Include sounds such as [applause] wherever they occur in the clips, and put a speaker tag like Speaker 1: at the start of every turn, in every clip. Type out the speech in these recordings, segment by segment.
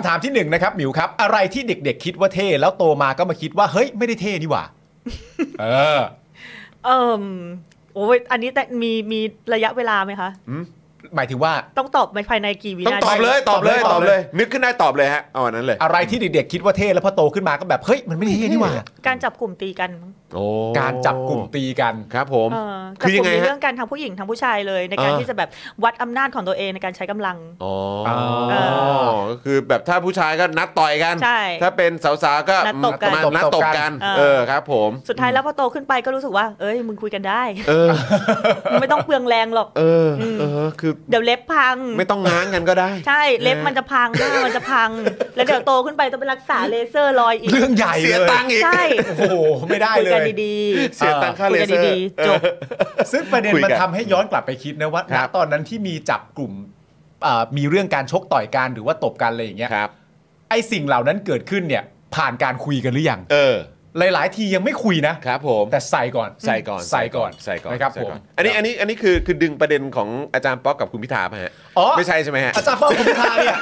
Speaker 1: ำถามที่หนึ่งนะครับหมิวครับ อะไรที่เด็กๆ คิดว่าเท่แล้วโตมาก็มาคิดว่าเฮ้ยไม่ได้เท่นี่ห
Speaker 2: [laughs]
Speaker 1: ว่า เออ
Speaker 3: เอิ่มโอ้ยอันนี้แต่มีมีระยะเวลาไหมคะ
Speaker 1: หมายถึงว่า
Speaker 3: ต้องตอบไปภายในกี่วิ
Speaker 2: ต้อง
Speaker 3: นา
Speaker 2: ต
Speaker 3: ที
Speaker 2: อบเลยตอบเลยตอบเลย นึกขึ้นได้ตอบเลยฮะเอาอันนั้นเลย
Speaker 1: อะไรที่เด็กๆคิดว่าเท่แล้วพอโตขึ้นมาก็แบบเฮ้ยมันไม่ได้เท่นี่หว่า
Speaker 3: การจับกลุ่มตีกัน
Speaker 2: โอ้
Speaker 1: การจับกลุ่มตีกัน
Speaker 2: ครับผม
Speaker 3: เอ่อ
Speaker 2: คือยังไง
Speaker 3: จับกลุ่มใน
Speaker 2: ฮะ
Speaker 3: เรื่องการทั้งผู้หญิงทั้งผู้ชายเลย ในการ
Speaker 2: เออ
Speaker 3: ที่จะแบบวัดอำนาจของตัวเองในการใช้กำลัง
Speaker 2: อ๋อ
Speaker 1: เออ
Speaker 2: ก็คือแบบถ้าผู้ชายก็นัดต่อยกัน
Speaker 3: ใช่
Speaker 2: ถ้าเป็นสาวๆก็
Speaker 3: นัดตบกัน
Speaker 2: ประมาณนัดตบกัน
Speaker 3: เออ
Speaker 2: เออครับผม
Speaker 3: สุดท้ายแล้วพอโตขึ้นไปก็รู้สึกว่า เอ้ยมึงคุยกันได้
Speaker 2: เออ
Speaker 3: มึงไม่ต้องเปลืองแรงหรอก
Speaker 2: เอออ
Speaker 3: ม
Speaker 2: เออคือ
Speaker 3: เดี๋ยวเล็บพัง
Speaker 2: ไม่ต้องง้างกันก็ได้
Speaker 3: ใช่เล็บมันจะพังหน้ามันจะพัง แล้วเดี๋ยวโตขึ้นไปต้องไปรักษาเลเซอร์รอยอีก
Speaker 1: เรื่องใหญ่
Speaker 2: เสีย
Speaker 1: เลย
Speaker 2: ตังค์อีก
Speaker 3: ใช่
Speaker 1: โอ้โหไม่ได้
Speaker 3: คุย
Speaker 1: เล
Speaker 3: กัน
Speaker 1: ย
Speaker 3: ดีๆ
Speaker 2: เสียตังค่า
Speaker 3: คุ
Speaker 2: เลย
Speaker 3: กัน
Speaker 2: เซอร์
Speaker 3: ดีๆจบ
Speaker 1: ซึ่งประเด็น
Speaker 2: คุย
Speaker 1: มัน
Speaker 2: กัน
Speaker 1: ทำให้ย้อนกลับไปคิดนะว่า
Speaker 2: ค
Speaker 1: ณ
Speaker 2: รับ
Speaker 1: ตอนนั้นที่มีจับกลุ่มเอ่อมีเรื่องการชกต่อยกันหรือว่าตบกันอะไรอย่างเงี้ย
Speaker 2: ครับ
Speaker 1: ไอ้สิ่งเหล่านั้นเกิดขึ้นเนี่ย ผ่านการคุยกันหรือยัง
Speaker 2: เออ
Speaker 1: หลายๆ ทียังไม่คุยนะครับ
Speaker 2: ผม
Speaker 1: แต่ใส่ก่อน
Speaker 2: ใส่ก่อน
Speaker 1: ใส่ก่อน
Speaker 2: ใส่ก่อน
Speaker 1: นะครับ
Speaker 2: ใส่
Speaker 1: ผ
Speaker 2: ก่
Speaker 1: ม
Speaker 2: อันนี้อันนี้อันนี้คือคือดึงประเด็นของอาจารย์ป๊อกกับคุณพิธาป่ะฮะ
Speaker 1: อ๋อ
Speaker 2: ไม่ใช่ใช่ไหมฮะ
Speaker 1: อาจารย์ป้อมคุณพิธาเนี่ย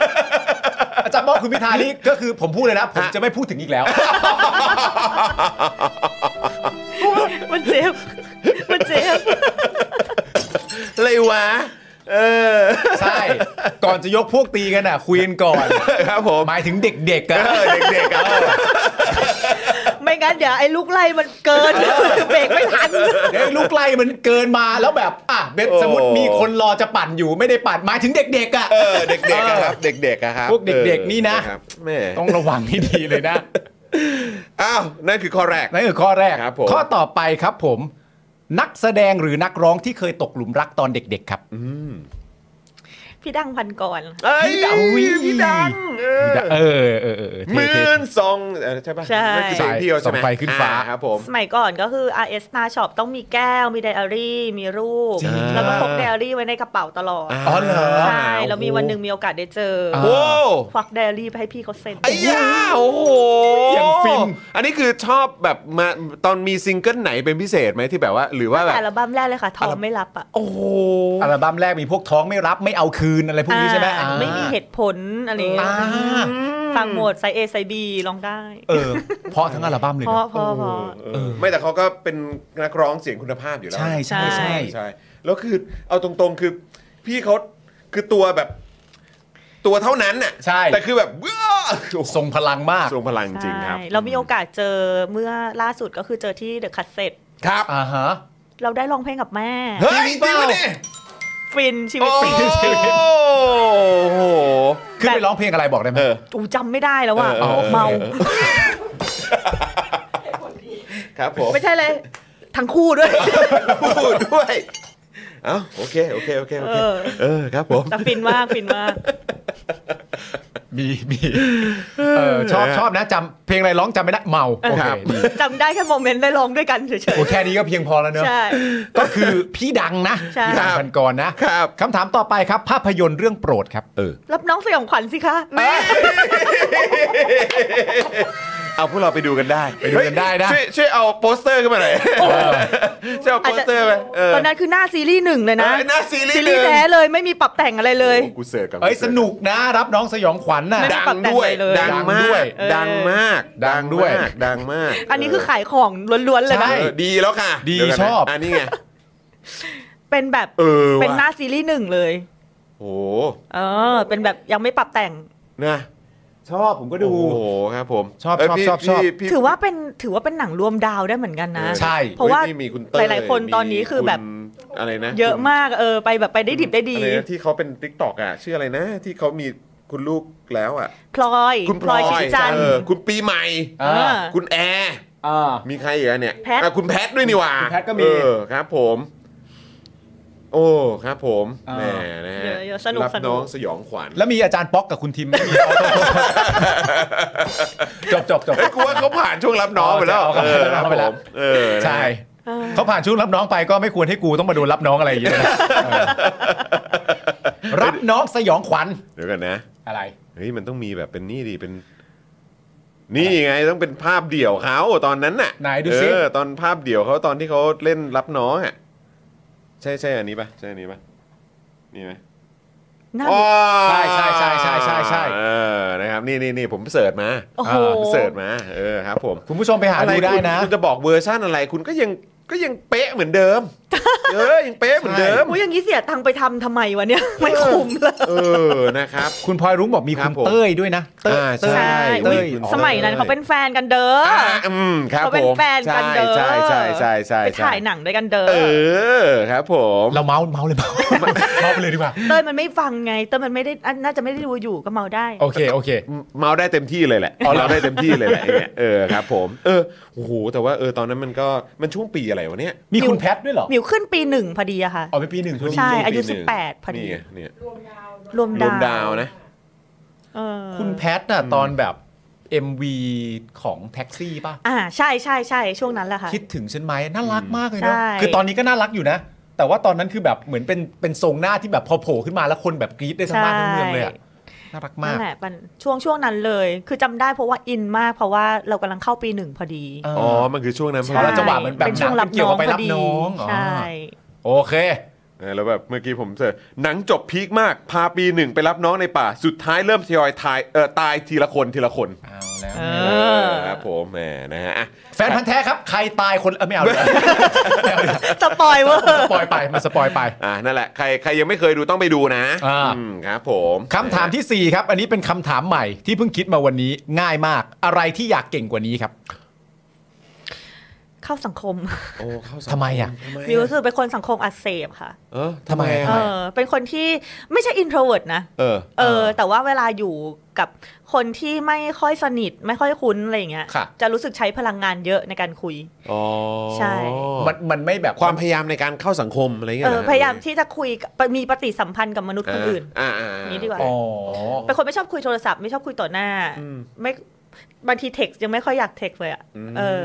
Speaker 1: อาจารย์ป้อมคุณพิธานี่ก็คือผมพูดเลยนะผมจะไม่พูดถึงอีกแล้ว
Speaker 3: มันเจ็บ มันเจ็บ
Speaker 2: เลยวะเออ
Speaker 1: ใช่ ก่อนจะยกพวกตีกันอ่ะคุยกันก่อน
Speaker 2: ครับผม
Speaker 1: หมายถึงเด็กๆอะ
Speaker 2: เออเด็กๆครับ
Speaker 3: ไม่งั้นเดี๋ยวไอ้ลูกไล่มันเกิน เบรกไม่ทัน
Speaker 1: เดี๋ยวลูกไล่มันเกินมาแล้วแบบอ่ะเบสสมมติมีคนรอจะปั่นอยู่ไม่ได้ปั่นหมายถึงเด็กๆอ่ะ
Speaker 2: เออเด็กๆอะครับ เด็กๆอะครับ
Speaker 1: พวกเด็กๆนี่นะ
Speaker 2: ครับแม่
Speaker 1: ต้องระวังให้ดีเลยนะ
Speaker 2: อ้าว นั่นคือข้อแรก
Speaker 1: นั่นคือข้อแรก
Speaker 2: ครับผม
Speaker 1: ข้อต่อไปครับผม นักแสดงหรือนักร้องที่เคยตกหลุมรักตอนเด็ก ๆ ครับ
Speaker 3: พี่ดังพันก่อน
Speaker 2: เอ้ย
Speaker 1: พี่ดังอุ๊ย
Speaker 2: พี่ดังเอ
Speaker 1: เอ
Speaker 2: อ
Speaker 1: อเออเออเออ
Speaker 2: ห
Speaker 1: เท่
Speaker 2: มื่
Speaker 1: เท่
Speaker 2: นสองเออใช่ป่ะ
Speaker 3: ใช่
Speaker 2: นั่นคือเพลงเที่ยวใช่ไหม
Speaker 1: ส่องไฟขึ้นฟ้า
Speaker 2: อ่ครับผม
Speaker 3: สมัยก่อนก็คือ RS Star Shop ต้องมีแก้ว มีไดอารี่ มีรูป
Speaker 1: จริง
Speaker 3: แล้วก็พกไดอารี่ไว้ในกระเป๋าตลอด
Speaker 2: อ่า
Speaker 1: อ๋อเหรอ
Speaker 3: ใช่
Speaker 2: โอ้โห
Speaker 3: แล้วมีวันหนึ่งมีโอกาสได้เจอ
Speaker 1: อ่า
Speaker 2: โว้ว
Speaker 3: ควักไดอารี่ไปให้พี่เขาเซ็น
Speaker 2: ไอ้ยาโอ้โห
Speaker 1: อย่างฟิน
Speaker 2: อันนี้คือชอบแบบมาตอนมีซิงเกิลไหนเป็นพิเศษไหมที่แบบว่า หรือว่าแบ
Speaker 3: แต่
Speaker 2: บ
Speaker 3: อัลบั้มแรกเลยค่ะทองไม่รับอ่ะ
Speaker 2: โอ้โห
Speaker 1: อัลบั้มแรกมีพวกท้องไม่รับไม่เอาคืนอะไรพวกนี้ใช่ไหม
Speaker 3: อ่า
Speaker 1: อ่า
Speaker 3: ไม่มีเหตุผลอะไรอย่างเงี้
Speaker 1: อ่าย
Speaker 3: ฟังโหมดไซเอไซบีลองได้
Speaker 1: เออเพราะทั้งอัลบั้มเลย
Speaker 3: พอ
Speaker 1: นะ
Speaker 3: พอพอ
Speaker 2: เออไม่แต่เขาก็เป็นนักร้องเสียงคุณภาพอยู่แล้ว
Speaker 1: ใช่ใช่
Speaker 3: ใช่
Speaker 1: ใช่
Speaker 2: ใช่แล้วคือเอาตรงๆคือพี่เขาคือตัวแบบตัวเท่านั้นน่ะ
Speaker 1: ใช่
Speaker 2: แต่คือแบบเว้อ
Speaker 1: ทรงพลังมาก
Speaker 2: ทรงพลังจริงครับ
Speaker 3: ใช่เรามีโอกาสเจอเมื่อล่าสุดก็คือเจอที่เดอะคัสเซ็ต
Speaker 2: ครับ
Speaker 1: อ่าฮะ
Speaker 3: เราได้ร้องเพลงกับแม่
Speaker 2: เฮ้ยจ
Speaker 1: จริ
Speaker 2: ริง
Speaker 1: งเปล่า
Speaker 2: ปะเนี่ย
Speaker 3: ฟินชีวิ
Speaker 2: โอ้
Speaker 3: ตฟิน
Speaker 2: โห
Speaker 1: ขึ้นไปร้องเพลงอะไรบอกได้ไหม
Speaker 2: เออ
Speaker 3: อูจำไม่ได้แล้วว่า
Speaker 2: เออเออเออ
Speaker 3: เมา
Speaker 2: ครับผม
Speaker 3: ไม่ใช่เลย ทั้งคู่ด้วย [laughs]
Speaker 2: พูดด้วยเอ้าโอเคโอเคโอเคโอเค
Speaker 3: เออ
Speaker 2: เออครับผม
Speaker 3: แต่ฟินมากฟินมาก
Speaker 1: มีมีเออชอบชอบนะจำเพลงอะไรร้องจำไม่ได้เมาโอ
Speaker 2: ค
Speaker 1: เครับ ดี
Speaker 3: จำได้แค่โมเมนต์ได้ร้องด้วยกันเฉย
Speaker 1: โอแค่นี้ก็เพียงพอแล้วเนอะ
Speaker 3: ๆ ใช่
Speaker 1: ก็คือพี่ดังนะ
Speaker 3: ใช่
Speaker 1: พี่ดังพันกรนะครับ คำถามต่อไปครับ ภาพยนตร์เรื่องโปรดครับ
Speaker 2: เออ
Speaker 3: รับน้องสยองขวัญสิคะแม่
Speaker 2: เอาพวกเราไปดูกันได้
Speaker 1: ไปดูกันได้นะ
Speaker 2: ช่วยช่วยเอาโปสเตอร์ขึ้นมาหน่อยช่วยเอาโปสเตอร์ไปเออ
Speaker 3: ตอนนั้นคือหน้าซีรีส์หนึ่งเลยนะ
Speaker 2: เออหน้าซีรี
Speaker 3: ซี
Speaker 2: ส์
Speaker 3: รีส์
Speaker 2: หนึ่ง
Speaker 3: แท้เลยไม่มีปรับแต่งอะไรเลย
Speaker 2: โอ้กูเสิร์ฟกัน
Speaker 1: เอ้ยสนุกนะรับน้องสยองขวัญน่ะ
Speaker 3: ไม่
Speaker 2: ดังด้วย
Speaker 3: ไม่ได้
Speaker 2: ดัง
Speaker 3: ปรับ
Speaker 2: มา
Speaker 3: แต่งอะไรเลย
Speaker 2: ก
Speaker 3: เออ
Speaker 2: ดังมาก
Speaker 1: ดังด้วย
Speaker 2: มากดังมาก
Speaker 3: อันนี้คือขายของล้วนๆเลย
Speaker 1: ใช่
Speaker 3: นะ
Speaker 2: เออดีแล้วค่ะ
Speaker 1: ดี
Speaker 2: เยวกันนะ
Speaker 1: ชอบ
Speaker 2: อันนี้ไง
Speaker 3: เป็นแบบ
Speaker 2: เออว่ะ
Speaker 3: เป็นหน้าซีรีส์หนึ่งเลย
Speaker 2: โอ้
Speaker 3: เออ เป็นแบบยังไม่ปรับแต่ง
Speaker 2: นะ
Speaker 1: ชอบผมก็ดู
Speaker 2: โอ้โหครับผม
Speaker 1: ชอบ
Speaker 2: เย
Speaker 1: ชอบ
Speaker 2: พี่
Speaker 1: ชอบชอบ
Speaker 2: พี่พี่
Speaker 3: ถือว่าเป็นถือว่าเป็นหนังรวมดาวได้เหมือนกันนะ
Speaker 2: ออ
Speaker 1: ใช่
Speaker 3: เพราะว่า
Speaker 2: ฮ้ยนี่มีคุณเต้
Speaker 3: หลายๆคน
Speaker 2: มี
Speaker 3: ตอนนี้คือแบบ
Speaker 2: ณอะไรนะ
Speaker 3: เยอะมากเออไปแบบไปได้ดิบได้
Speaker 2: คุณ
Speaker 3: ดี
Speaker 2: อะไรนะที่เขาเป็นติ๊กตอกอ่ะชื่ออะไรนะ ที่เขามีคุณลูกแล้วอ่ะ
Speaker 3: พลอย
Speaker 2: คุณพลอย
Speaker 3: ชิดจันทร์
Speaker 2: เออคุณปีใหม่
Speaker 1: อ่า
Speaker 3: เออ
Speaker 2: คุณแอร์
Speaker 1: อ่า
Speaker 2: มีใครอีกอะเนี่ย
Speaker 3: แพท
Speaker 2: อ่ะคุณแพทด้วยนี่หว่า
Speaker 1: คุณแพทก็มี
Speaker 2: เออครับผม โอ้ครับผม
Speaker 1: อ่า
Speaker 2: แหมนะฮะ
Speaker 3: เยอะๆสนุก
Speaker 2: รับ
Speaker 3: สนุก
Speaker 2: น้องสยองขวัญ
Speaker 1: แล้วมีอาจารย์ป๊อกกับคุณทิมไหม [laughs] มีอ๋อจบจบจบ
Speaker 2: เฮ้ยกูว่าเขาผ่านช่วงรับน้องไปแล้ว
Speaker 1: อ๋อ
Speaker 2: เอ
Speaker 1: ใช่
Speaker 2: อ
Speaker 1: เขาผ่านช่วงรับน้
Speaker 2: ค
Speaker 1: อ
Speaker 2: รับ
Speaker 1: งไป
Speaker 2: ผ
Speaker 1: แล้วใช่เขาผ่านช่วงรับน้อง
Speaker 3: เออ
Speaker 2: มเออนะ
Speaker 1: ไปก็ไม่ควรให้กูต้องมาโดนรับน้องอะไรอย่างเงี้ยนะ [laughs] เออรับน้องสยองขวัญ
Speaker 2: เดี๋ยวกันนะ
Speaker 1: อะไร
Speaker 2: เฮ้ยมันต้องมีแบบเป็นนี่ดีเป็น นี่ไงต้องเป็นภาพเดี่ยวเขาตอนนั้นน่ะ
Speaker 1: ไหนดูสิ
Speaker 2: เออตอนภาพเดี่ยวเขาตอนที่เขาเล่นรับน้องอ่ะใช่ใช่อันนี้ปะใช่อันนี้ปะนี่ไหม
Speaker 3: หน้า
Speaker 2: อ๋อ
Speaker 1: ใช่ใช่ใช่ใช่ใช่ใช่
Speaker 2: เออนะครับนี่นี่นี่ผมเสิร์ชมา
Speaker 3: โอ้โห
Speaker 2: ผมเสิร์ชมาเออครับผม
Speaker 1: คุณผู้ชมไปหา
Speaker 2: อะไร
Speaker 1: ดูได้นะ
Speaker 2: คุณคุณจะบอกเวอร์ชั่นอะไรคุณก็ยังก็ยังเป๊ะเหมือนเดิม
Speaker 3: [laughs]
Speaker 2: เออยังเป๊ะเหมือนเดิม
Speaker 3: อุ้ยอย่างนี้เสียตังค์ไปทำทำไมวะเนี่ย ไม่คุ้มเลย
Speaker 2: เออนะครับ
Speaker 1: คุณพลอยรุ้งบอกมี
Speaker 2: ครั
Speaker 1: คุ
Speaker 2: บ
Speaker 1: ณ
Speaker 2: ผม
Speaker 1: เต้ยด้วยนะเต้ย
Speaker 2: อ่าใช่
Speaker 1: เต้ย
Speaker 3: ใช่อุ๊ย
Speaker 1: เต้ย
Speaker 2: คุณ
Speaker 3: สมัยนั้นเขาเป็นแฟนกันเด้อ
Speaker 2: อ่าอืมครับ
Speaker 3: เขาเป็น
Speaker 2: ผม
Speaker 3: แฟนกันเด้อ
Speaker 2: ใช่ใช่ใช่ใช่
Speaker 3: ไป
Speaker 2: ใช่
Speaker 3: ถ่ายหนังด้วยกันเด้อ
Speaker 2: เออครับผม
Speaker 1: เราเมาส์เมาส์เลยเมา
Speaker 2: [laughs]
Speaker 1: ส์เมาส์ไปเลยดีกว่า
Speaker 3: เต้ยมันไม่ฟังไง เต้ยมันไม่ได้อ่ะน่าจะไม่ได้ดูอยู่ก็เมาได้
Speaker 1: โอเคโอเค
Speaker 2: เมาได้เต็มที่เลยแหละเมาได้เต็มที่เลยแหละไอ้เนี่ยเออครับผม เออโอ้โหแต่ว่าเออตอนนั้นมันก็มันช่วงปีอะไรวะเนี่ย
Speaker 1: มีคุณแพทด้วยเหรอ
Speaker 3: หมิวขึ้นปีหนึ่งพอดีอะค่ะ
Speaker 1: อ๋อเป็นปีหนึ่งช่วงนี้
Speaker 3: ใช่ อายุ
Speaker 2: ปีหนึ่ง
Speaker 3: สิบแปดพอดี
Speaker 2: นี่ไงเนี่ย
Speaker 3: รวม
Speaker 2: ร
Speaker 3: ดาว
Speaker 2: มดาวนะ
Speaker 3: เออ
Speaker 1: คุณแพทน่ะตอนแบบ MV ของแท็กซี่ป่ะ
Speaker 3: อ่าใช่ใช่ใช่ช่วงนั้นแหละค่ะ
Speaker 1: คิดถึงฉันไหมน่ารักมากเลย
Speaker 3: ใช่
Speaker 1: เนาะคือตอนนี้ก็น่ารักอยู่นะ แต่ว่าตอนนั้นคือแบบเหมือนเป็นเป็นทรงหน้าที่แบบพอโผล่ขึ้นมาแล้วคนแบบกรี๊ดได้ทั้งบ้านทั้งเมืองเลยอะน่ารักมา
Speaker 3: นั่
Speaker 1: ก
Speaker 3: นแหละมันช่วงช่วงนั้นเลย คือจำได้เพราะว่าอินมากเพราะว่าเรากำลังเข้าปีหนึ่งพอดี
Speaker 1: เออ
Speaker 2: อ๋อมันคือช่วงนั้นพอ
Speaker 1: ใช่
Speaker 2: ดี
Speaker 1: จังหวะมันแบบ
Speaker 3: เป็นช่วงรับ
Speaker 1: หนังเกี่ย
Speaker 3: น้
Speaker 1: ว
Speaker 3: อ
Speaker 1: กั
Speaker 3: ง
Speaker 1: บไป
Speaker 3: พ
Speaker 1: รั
Speaker 3: อบ ดี
Speaker 1: น้องอ๋อ
Speaker 3: ใช่
Speaker 1: โอเค
Speaker 2: เออแล้วแบบเมื่อกี้ผมเสิร์ชหนังจบพีคมากพาปีหนึ่งไปรับน้องในป่าสุดท้ายเริ่มทยอยตายเออตายทีละคนทีละคน
Speaker 1: เอาแล้ว
Speaker 3: เอ
Speaker 1: ไง
Speaker 3: อ
Speaker 2: ครับผมแหมนะฮะอ่ะ
Speaker 1: แฟนพันธ์แท้ครับ ใครตายคนเออไม่เอาเลย
Speaker 3: สปอยเวอ
Speaker 1: ส
Speaker 2: [laughs]
Speaker 3: ร์
Speaker 1: ปอยไปมาสปอยไป
Speaker 2: อ่ะนั่นแหละใครใครยังไม่เคยดูต้องไปดูนะ
Speaker 1: อ่า
Speaker 2: มครับผม
Speaker 1: คำถามทีสี่4 ครับ อันนี้เป็นคำถามใหม่ที่เพิ่งคิดมาวันนี้ง่ายมาก อะไรที่อยากเก่งกว่านี้ครับ
Speaker 3: เข้าสังคม
Speaker 2: โอ้เข้าสังค
Speaker 1: ทำไมอ่ะ
Speaker 2: ทำไม
Speaker 3: มิวรู้สึกเป็นคนสังคมอักเสบค่ะ
Speaker 2: เออทำไม
Speaker 3: เอ
Speaker 2: อ่ะ
Speaker 3: อ เป็นคนที่ไม่ใช่อินโทรเวิร์ดนะ
Speaker 2: เออ
Speaker 3: เออ
Speaker 1: เออ
Speaker 3: แต่ว่าเวลาอยู่กับคนที่ไม่ค่อยสนิท ไม่ค่อยคุ้นอะไรอย่างเงี้ย
Speaker 1: ค่ะ
Speaker 3: จะรู้สึกใช้พลังงานเยอะในการคุย
Speaker 2: อ๋อ
Speaker 3: ใช่
Speaker 1: มันมันไม่แบบ
Speaker 2: ความพยายามในการเข้าสังคมอะไรเงี้
Speaker 3: เอย อ
Speaker 2: นะ
Speaker 3: พยายามที่จะคุยกับมีปฏิสัมพันธ์กับมนุษย์คนอื่น
Speaker 2: อ่าอ่า
Speaker 3: อย่างนี้ดีกว่า
Speaker 1: อ๋อ
Speaker 3: เป็นคนไม่ชอบคุยโทรศัพท์ไม่ชอบคุยต่อหน้า
Speaker 2: อืม
Speaker 3: ไม่บางทีเท็กซ์ยังไม่ค่อยอยากเท็กซ์เลยอะ
Speaker 2: อืม
Speaker 3: เออ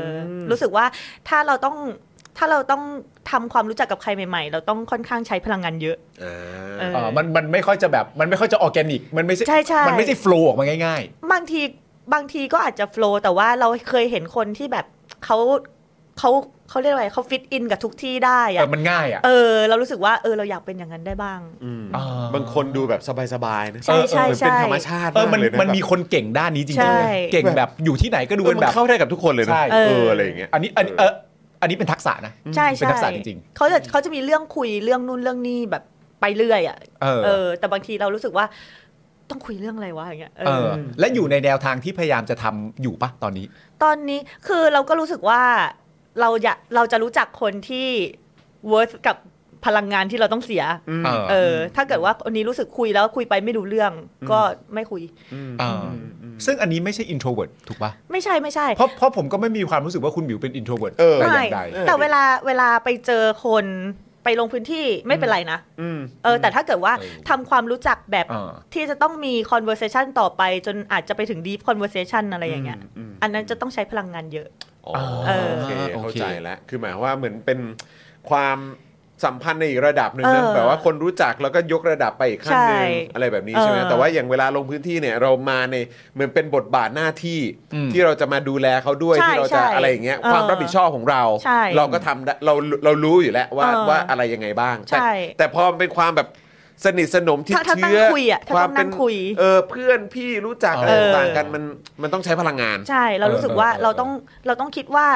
Speaker 3: รู้สึกว่าถ้าเราต้องถ้าเราต้องทำความรู้จักกับใครใหม่ๆ เราต้องค่อนข้างใช้พลังงานเยอะ
Speaker 2: อ่า
Speaker 3: เออ
Speaker 1: เออมันมันไม่ค่อยจะแบบมันไม่ค่อยจะออร์แกนิก มันไม่ใช่
Speaker 3: ใช่ใช่
Speaker 1: มันไม่ใช่โฟลออกมาง่าย
Speaker 3: บางทีบางทีก็อาจจะโฟลว์แต่ว่าเราเคยเห็นคนที่แบบเขาเขาเขาเรียกอะไรเขาฟิตอินกับทุกที่ได้
Speaker 1: ๆเอ
Speaker 3: อะ
Speaker 1: อมันง่ายอ่ะ
Speaker 3: เออ เรารู้สึกว่าเออเราอยากเป็นอย่างนั้นได้บ้าง
Speaker 2: อืม
Speaker 1: อ่า
Speaker 2: บางคนดูแบบสบายๆนะ
Speaker 3: ใช่ใช่
Speaker 2: เหมือน
Speaker 3: ใช่
Speaker 2: เป็นธรรมชาติ
Speaker 1: เออมัน
Speaker 2: ากลยะ
Speaker 1: มันมี
Speaker 2: แบบ
Speaker 1: คนเก่งด้านนี้จริงๆ
Speaker 3: ใช่
Speaker 1: เลยเก่งแบบอยู่ที่ไหนก็ดู
Speaker 2: เออ
Speaker 1: เป็น
Speaker 2: มั
Speaker 1: แบ
Speaker 2: น
Speaker 1: บ
Speaker 2: เข้าได้กับทุกคนเลยนะ
Speaker 1: ใช่
Speaker 2: เอออะไรอย่างเงี้ย
Speaker 1: อันนี้อันนี้เอออันนี้เป็นทักษะนะ
Speaker 3: ใช่
Speaker 1: เป็น
Speaker 3: ใช่
Speaker 1: ทักษะจริง
Speaker 3: เขาจะเขาจะมีเรื่องคุยเรื่องนู่นเรื่องนี่แบบไปเรื่อยอะ
Speaker 1: ๆเออ
Speaker 3: เออ แต่บางทีเรารู้สึกว่า ต้องคุยเรื่องอะไรวะอย่างเงี้ยเอ
Speaker 1: เอ
Speaker 3: อ
Speaker 1: อ และอยู่ในแนวทางที่พยายามจะทำอยู่ปะตอนนี้
Speaker 3: ตอนนี้คือเราก็รู้สึกว่าเราอยากเราจะรู้จักคนที่ worth กับพลังงานที่เราต้องเสีย
Speaker 2: ม
Speaker 1: เออ
Speaker 3: เออ ถ้าเกิดว่าวันนี้รู้สึกคุยแล้วคุยไปไม่รู้เรื่องก็ไม่คุย
Speaker 2: ม
Speaker 1: เอออ
Speaker 2: อืม
Speaker 1: ซึ่งอันนี้ไม่ใช่ introvert ถูกปะ
Speaker 3: ไม่ใช่ไม่ใช่
Speaker 1: เพราะเพราะผมก็ไม่มีความรู้สึกว่าคุณหมิวเป็น introvert
Speaker 2: เออ
Speaker 1: แต่อ
Speaker 3: ไม่
Speaker 1: ย่างใด
Speaker 3: แต่เวลาเวลาไปเจอคนไปลงพื้นที่ไม่เป็นไรนะ
Speaker 2: อืม
Speaker 3: เออ แต่ถ้าเกิดว่า
Speaker 1: เออ
Speaker 3: ทำความรู้จักแบบ
Speaker 1: เออ
Speaker 3: ที่จะต้องมี conversation ต่อไป จนอาจจะไปถึง deep conversation อะไรอย่างเงี้ย
Speaker 2: อืม
Speaker 3: อันนั้นจะต้องใช้พลังงานเยอะ
Speaker 2: อ๋อ
Speaker 3: เออ
Speaker 2: โอเค
Speaker 1: โอเค
Speaker 2: เข้าใจแล้ว คือหมายความว่าเหมือนเป็นความสัมพันธ์ในอีกระดับหนึ่งนะ
Speaker 3: เออ
Speaker 2: แบบว่าคนรู้จักแล้วก็ยกระดับไปอีกขั้นหนึ่ง
Speaker 3: ใช่
Speaker 2: อะไรแบบนี้ใช่ไหม
Speaker 3: เออ
Speaker 2: แต่ว่าอย่างเวลาลงพื้นที่เนี่ยเรามาในเหมือนเป็นบทบาทหน้าที่
Speaker 1: อืม
Speaker 2: ที่เราจะมาดูแลเขาด้วย
Speaker 3: ใช่
Speaker 2: ที่เราจะ
Speaker 3: ใช่
Speaker 2: อะไรอย่างเงี้ย
Speaker 3: เออ
Speaker 2: ความรับผิดชอบของเรา
Speaker 3: ใช่
Speaker 2: เราก็ทำได้เราเรารู้อยู่แล้วว่า
Speaker 3: เออ
Speaker 2: ว่าอะไรยังไงบ้างแต่
Speaker 3: ใช่
Speaker 2: แต่พอมันเป็นความแบบสนิทสนมที่
Speaker 3: ถ้าถ้า
Speaker 2: เชื่
Speaker 3: นั่งคุยอะถ้าต้อง
Speaker 2: ความเป็
Speaker 3: นั่งคุย
Speaker 2: เออเพื่อนพี่รู้จักอะไร
Speaker 3: เออ
Speaker 2: ต่างๆกันมันมันต้องใช้พลังงาน
Speaker 3: ใช่เรารู้สึกว่า
Speaker 1: เออเออ
Speaker 3: เราต้องเราต้องคิดว่า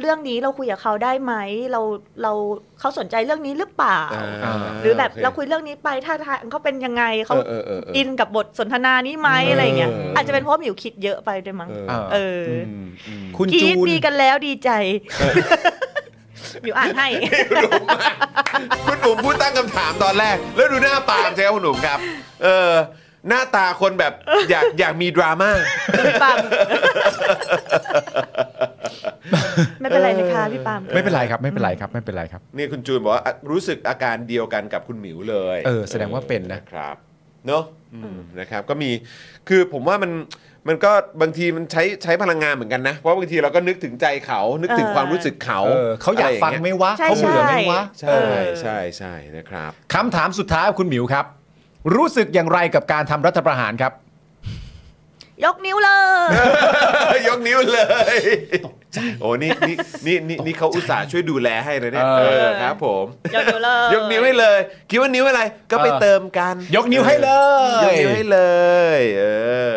Speaker 3: เรื่องนี้เราคุยกับเขาได้ไหมเราเราเขาสนใจเรื่องนี้หรือเปล่า
Speaker 1: อ่า
Speaker 3: หรือแบบ
Speaker 2: โค
Speaker 3: เราคุยเรื่องนี้ไปท่าทางเขาเป็นยังไงเขา
Speaker 2: เออเออเออเออ
Speaker 3: อินกับบทสนทนานี้ไหม
Speaker 1: เอออ
Speaker 3: อะไรอย่างเงี้ย
Speaker 2: เอออ
Speaker 3: อาจจะเป็นเพราะหมิวคิดเยอะไปด้วยมั้ง
Speaker 2: เออ
Speaker 1: เออ
Speaker 3: เออ
Speaker 2: อืมอืม
Speaker 1: คุณ
Speaker 3: กรี
Speaker 1: จู
Speaker 3: ด
Speaker 1: น
Speaker 3: ดีกันแล้วดี
Speaker 2: [laughs]
Speaker 3: ใจหมิวอ่านให้
Speaker 2: คุณหนุ่มพูดตั้งคำถามตอนแรก แล้วดูหน้าปาล์มใช่ไหมคุณหนุ่มครับ เออ หน้าตาคนแบบอยากอยากมีดราม่า
Speaker 3: พี่
Speaker 2: [laughs]
Speaker 3: ปาล์มไม่เป็นไรนะคะพี่ปาล์ม
Speaker 1: ไม่เป็นไรครับ ไม่เป็นไรครับไม่เป็นไรครับ
Speaker 2: นี่คุณจูนบอกว่าอ่ะรู้สึกอาการเดียวกันกับคุณหมิวเลย
Speaker 1: เออแสดงว่าเป็นนะ
Speaker 2: ครับเนอะอืมนะครับ ก็มีคือผมว่ามันมันก็บางทีมันใช้ใช้พลังงานเหมือนกันนะ เพราะบางทีเราก็นึกถึงใจเขานึกถึงความรู้สึกเขา
Speaker 1: เออเขาอยากฟังไหมวะ
Speaker 3: ใช่
Speaker 1: เขาเบื่อ
Speaker 3: ใช่
Speaker 1: ไหมวะ
Speaker 2: ใช่
Speaker 3: เออ
Speaker 2: ใช่ใช่นะครับ
Speaker 1: คำถามสุดท้ายครับคุณหมิวครับ รู้สึกอย่างไรกับการทำรัฐประหารครับ
Speaker 3: ยกนิ้วเลย
Speaker 2: [laughs] ยกนิ้วเลย
Speaker 1: ตก ใจ
Speaker 2: โอ้นี่นี่นี่นี่นี่เขาอุตส่าห์ช่วยดูแลให้เลยเนี่ย
Speaker 1: เอ
Speaker 2: เอ
Speaker 1: อ
Speaker 2: อครับผม
Speaker 3: ยกนิ้วเลย
Speaker 2: ยกนิ้วให้เลย คิดว่านิ้วอะไร ก็ไปเติมกัน
Speaker 1: ยกนิ้วให้เลย
Speaker 2: ยกนิ้วให้เลย เอ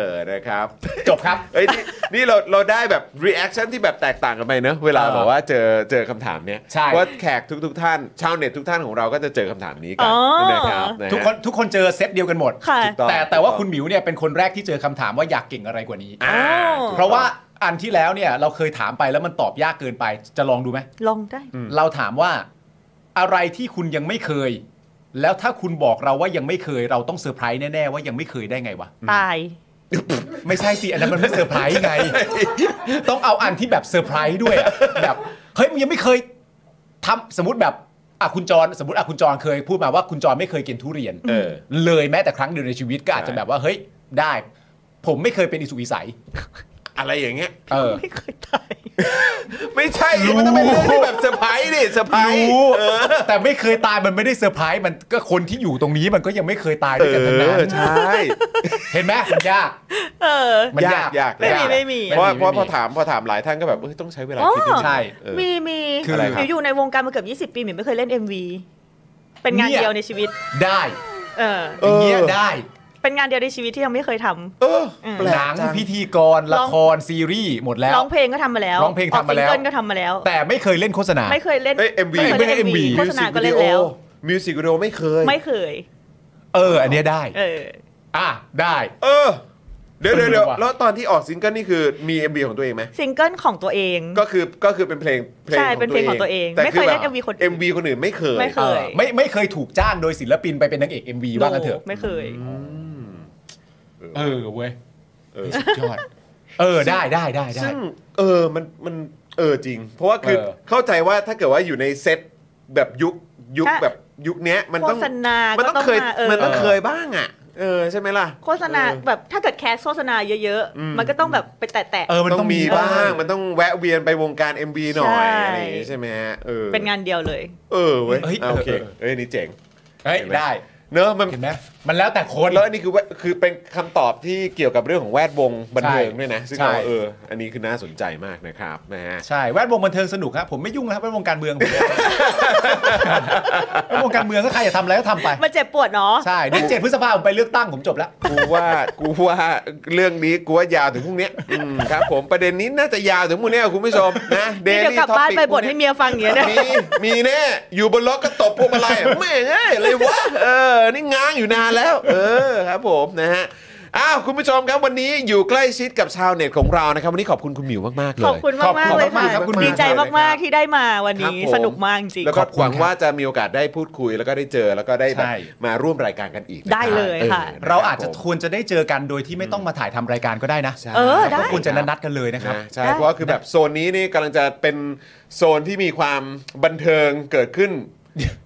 Speaker 2: อนะครับ
Speaker 1: จบครับ
Speaker 2: เอ้ยนี่นี่เราเราได้แบบ reaction ที่แบบแตกต่างกันไปเนอะเวลา
Speaker 1: เออ
Speaker 2: บอกว่าเจอเจอคำถามเนี้ย
Speaker 1: ใช่
Speaker 2: ว่าแขกทุกทุกๆท่านชาวเน็ตทุกท่านของเราก็จะเจอคำถามนี้กั
Speaker 3: อ๋อ
Speaker 2: นะครับะฮะ
Speaker 1: ทุกคนทุกคนเจอเซตเดียวกันหมด
Speaker 3: ค่ะ
Speaker 2: ถูก ต้อง
Speaker 1: แต่แต่ว่า
Speaker 2: ถูกต้อง
Speaker 1: คุณหมิวเนี่ยเป็นคนแรกที่เจอคำถามว่าอยากเก่งอะไรกว่านี้
Speaker 2: อ่า
Speaker 3: อ๋อ
Speaker 1: เพราะว่าอันที่แล้วเนี่ยเราเคยถามไปแล้วมันตอบยากเกินไป จะลองดูไหม
Speaker 3: ลองได้
Speaker 1: เราถามว่าอะไรที่คุณยังไม่เคย แล้วถ้าคุณบอกเราว่ายังไม่เคย เราต้องเซอร์ไพรส์แน่ๆว่ายังไม่เคยได้ไงวะ
Speaker 3: ตาย
Speaker 1: ไม่ใช่สิอันนั้นมันไม่เซอร์ไพรส์
Speaker 2: [laughs]
Speaker 1: ไง ต้องเอาอันที่แบบเซอร์ไพรส์ด้วยอะแบบเฮ้ยมึงยังไม่เคยทำสมมติแบบอ่ะคุณจรสมมติอ่ะคุณจรเคยพูดมาว่าคุณจรไม่เคยกินทุเรียน
Speaker 2: เออ
Speaker 1: เลยแม้แต่ครั้งเดียวในชีวิตก็อาจจะแบบว่าเฮ้ยได้ ผมไม่เคยเป็นอิสุกอิใสย
Speaker 2: อะไรอย่างเงี้ย
Speaker 1: เออ
Speaker 3: ไม่เคยตาย
Speaker 2: ไม่ใช่มันต้องเป็นเรื่องที่แบบเซอร์ไพรส์ดิเซอร์ไพรส์
Speaker 1: รู้แต่ไม่เคยตายมันไม่ได้เซอร์ไพรส์มันก็คนที่อยู่ตรงนี้มันก็ยังไม่เคยตาย
Speaker 2: เอ
Speaker 1: ด้วยกันทั้งนั้
Speaker 2: อนใช่
Speaker 1: เห็นไหมมันยาก
Speaker 3: เออ
Speaker 1: มัน
Speaker 2: ยาย
Speaker 1: าก ก
Speaker 2: ยาก
Speaker 3: ไม่มี
Speaker 2: ยาก
Speaker 3: ไม่มี
Speaker 2: เพราะว่า
Speaker 1: ไม่มี
Speaker 2: เพราะ
Speaker 1: ไม่มี
Speaker 2: พอถามพอถามหลายท่านก็แบบเอ้ยต้องใช้เวลา
Speaker 3: อ๋อ
Speaker 2: คิดนิดนึง
Speaker 1: ใช่
Speaker 2: เออ
Speaker 3: มีมี
Speaker 1: คืออะไรครับ
Speaker 3: อยู่ในวงการมาเกือบ 20 ปีหมิ่นไม่เคยเล่น MV เป็นงาน
Speaker 1: เนี่ย
Speaker 3: เดียวในชีวิต
Speaker 1: ได้
Speaker 3: เออ
Speaker 2: เอ
Speaker 1: อย่า
Speaker 2: อ
Speaker 1: งเงี้ยได้
Speaker 3: เป็นงานเดียวในชีวิตที่ยังไม่เคยทำ
Speaker 2: เออแปลก
Speaker 1: หนัง
Speaker 2: จั
Speaker 1: พิธีกร
Speaker 3: ร้
Speaker 1: ละ
Speaker 3: อง
Speaker 1: ครซีรีส์หมดแล้ว
Speaker 3: ร้องเพลงก็ทำมาแล้ว
Speaker 1: ร้องเพลงทำมาแล้ว
Speaker 3: ออกซิงเกิลก็ทำมาแล้ว
Speaker 1: แต่ไม่เคยเล่นโฆษณา
Speaker 3: ไม่เคยเล่น
Speaker 2: เอ้ยเอ็มวี
Speaker 3: ไม่เคยเล่น
Speaker 1: ไม่
Speaker 3: MV
Speaker 1: ได้ MV
Speaker 3: โฆษณาก็เล่นแล้ว
Speaker 2: มิวสิกวิดีโอไม่เคย
Speaker 3: ไม่เคย
Speaker 1: เออ อันเนี้ยได้
Speaker 3: เออ
Speaker 1: อ่ะได้
Speaker 2: เออเดี๋ยวเดี๋ยวเดี๋ยว
Speaker 1: เออว่ะ
Speaker 2: แล้วตอนที่ออกซิงเกิลนี่คือมี MV ของตัวเองไหม
Speaker 3: ซิงเกิลของตัวเอง
Speaker 2: ก็คือก็คือเป็นเพลงเพลง
Speaker 3: ใช่เป็นเพลงของตัวเอง
Speaker 2: แต่
Speaker 3: ไม่เคยเล่น
Speaker 2: แบบ
Speaker 3: MV คนอื่น
Speaker 2: MV คนอื่นไม่เคย
Speaker 3: ไม่เคย
Speaker 1: เออไม่ไม่เคยถูกจ้างโดยศิลปินไปเป็นนางเอก MV ว่ากันเถอะ
Speaker 3: โไม่เคย
Speaker 1: เออเว้ย
Speaker 2: เออ
Speaker 1: สุดยอด เออได้ได้ได้ได้
Speaker 2: ซึ่งเออมันมันเออจริง เพราะว่าคือ
Speaker 1: เออ
Speaker 2: เข้าใจว่าถ้าเกิดว่าอยู่ในเซตแบบยุคยุค
Speaker 3: ถ้า
Speaker 2: แบบยุคเนี้ยมัน
Speaker 3: โฆ
Speaker 2: ต้อง
Speaker 3: ษณา
Speaker 2: มัน
Speaker 3: ก็
Speaker 2: ต้อง
Speaker 3: ต้อง
Speaker 2: เคย
Speaker 3: มาเออ
Speaker 2: มันต้องเคยบ้างอ่ะเออใช่ไหมล่ะ
Speaker 3: โฆษณา
Speaker 2: เออ
Speaker 3: แบบถ้าเกิดแคสโฆษณาเยอะ
Speaker 2: อืม
Speaker 3: ๆ มันก็ต้องแบบไปแตะ
Speaker 1: เออมัน
Speaker 2: ต้
Speaker 1: ต้
Speaker 2: อ
Speaker 1: องง
Speaker 2: มี
Speaker 1: มี
Speaker 2: บ้า
Speaker 1: บ้าง ง
Speaker 2: มันต้องแวะเวียนไปวงการ MV หน่อย
Speaker 3: ใช่
Speaker 2: อะไรอย่างงี้ใช่ไหมฮะเออ
Speaker 3: ๆเป็นงานเดียวเลย
Speaker 2: เออเว้ย
Speaker 1: เฮ้ย
Speaker 2: อ่ะโอเค
Speaker 1: เออ
Speaker 2: เอ้ยนี่เจ๋ง
Speaker 1: เฮ้ยได้
Speaker 2: เนอะมัน
Speaker 1: เห็นไหมมันแล้วแต่คน
Speaker 2: แล้วอันนี้คือแวดคือเป็นคำตอบที่เกี่ยวกับเรื่องของแวดวงบันเทิง
Speaker 1: ใช่
Speaker 2: ด้วยนะ ซึ่ง
Speaker 1: ใช่
Speaker 2: เราเออ อันนี้คือน่าสนใจมากนะครับนะฮะ
Speaker 1: ใช่แวดวงบันเทิงสนุกครับผมไม่ยุ่งนะครับแวดวงการเมืองผมแวดวงการเมืองก็ใครอยากทำอะไรก็ทำไป
Speaker 3: มันเจ็บปวดเนาะ
Speaker 1: ใช่เดี๋ยวเจ็ดพฤษภาผมไปเลือกตั้งผมจบแล้ว
Speaker 2: กูว่ากูว่าเรื่องนี้กูว่ายาวถึงพรุ่งนี้อืมครับผมประเด็นนี้น่าจะยาวถึงพรุ่งนี้ครับคุณผู้ชมนะเด
Speaker 3: นี่เดี๋ยว
Speaker 2: ลี่
Speaker 3: กลับ
Speaker 2: ท็อ
Speaker 3: บ้าน
Speaker 2: ปิก
Speaker 3: ไปบ่นให้เมียฟังอย่างเงี้ยเนี่ย
Speaker 2: มีมีแน่อยู่บนรถก็ตบพวงมาลัย
Speaker 3: [laughs]
Speaker 2: แม่งเอ้ยอะไรวะเออนี่ง้างอยู่นานแล้ว เออครับผมนะฮะอ้าวคุณผู้ชมครับวันนี้อยู่ใกล้ชิดกับชาวเน็ตของเรานะครับวันนี้ขอบคุณคุณหมิวมากๆเลย
Speaker 3: ขอบคุณ
Speaker 1: ขอบ
Speaker 3: มาก
Speaker 1: คุณ
Speaker 3: ๆเลยค่ะ
Speaker 1: มากๆครับคุณ
Speaker 3: ดีใจ
Speaker 2: มากๆ
Speaker 3: มากๆที่ได้มาวัน
Speaker 2: ครับ
Speaker 3: นี้
Speaker 2: ผม
Speaker 3: สนุกมากจริง
Speaker 2: แล้ว
Speaker 1: ข
Speaker 2: ก็
Speaker 1: อบคุณ
Speaker 2: หวัง
Speaker 1: ครับ
Speaker 2: ว่าจะมีโอกาสได้พูดคุยแล้วก็ได้เจอแล้วก็ได้แบบ
Speaker 1: ใช่
Speaker 2: มาร่วมรายการกันอีกนะครับ
Speaker 3: ได้เลยค่ะ
Speaker 2: ออน
Speaker 1: เราอาจจะ
Speaker 2: คบผม
Speaker 1: ควรจะได้เจอกันโดยที่ไม่ต้องมาถ่ายทำรายการก็ได้นะ
Speaker 3: เออได้
Speaker 1: ก็ควรจะนัดๆกันเลยนะครับ
Speaker 2: นะใช่
Speaker 3: ได้
Speaker 2: เพราะว่าคือแบบโซนนี้นี่กำลังจะเป็นโซนที่มีความบันเทิงเกิดขึ้น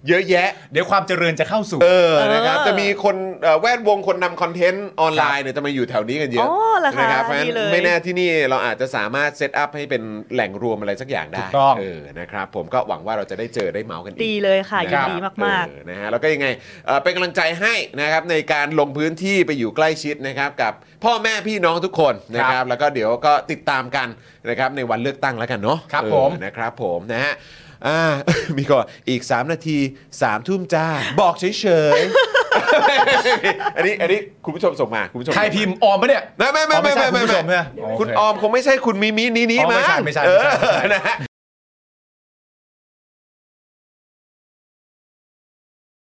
Speaker 2: เยอะแยะ
Speaker 1: เดี๋ยวความเจริญจะเข้าสู่
Speaker 2: เออนะครับ
Speaker 3: เออ
Speaker 2: จะมีคนเอ่อแวดวงคนนำคอนเทนต์ออนไลน์เนี่ยจะมาอยู่แถวนี้กันเยอะ
Speaker 3: อ๋อเหรอคะ
Speaker 2: นะครับเพราะฉะนั้
Speaker 3: ดี
Speaker 2: น
Speaker 3: เลย
Speaker 2: ไม่แน่ที่นี่เราอาจจะสามารถเซตอัพให้เป็นแหล่งรวมอะไรสักอย่างได้
Speaker 1: ถูกต้อง
Speaker 2: เออนะครับผมก็หวังว่าเราจะได้เจอได้เมาส์กันอีก
Speaker 3: ดีเลยค่ะยิ
Speaker 2: คน รับ
Speaker 3: ดีมาก
Speaker 2: เออนะฮะแล้วก็ยังไงเอ่อเป็นกำลังใจให้นะครับในการลงพื้นที่ไปอยู่ใกล้ชิดนะครับกับพ่อแม่พี่น้องทุกคนนะค
Speaker 1: ครั
Speaker 2: รับบ แล้วก็เดี๋ยวก็ติดตามกันนะครับในวันเลือกตั้งแล้วกันเนาะ
Speaker 1: ครับ
Speaker 2: เออ
Speaker 1: ผม
Speaker 2: นะครับผมนะฮะอ่า [laughs] มีก่อนอีก 3 นาที3ทุ่มจ้า บอกเฉยๆ [laughs] อันนี้อันนี้คุณผู้ชมส่งมาคุณผู้ชม
Speaker 1: ใครพิมพ์ออมปะเนี่ย
Speaker 2: ไม่ไม่ไม่ไม่ไม่
Speaker 1: อ๋อใช่คุณผู้ช
Speaker 2: ไม่
Speaker 1: มเนี่ย
Speaker 2: คุณ
Speaker 1: โ
Speaker 2: ออมคงไม่ใช่คุณมิมินี้นี้
Speaker 1: อ๋อไม่
Speaker 2: มั้ง
Speaker 1: ใช่ไม่ใช่
Speaker 2: เอ
Speaker 1: ไม่ใช่ไม่
Speaker 2: อ
Speaker 1: ใช่
Speaker 2: นะฮะ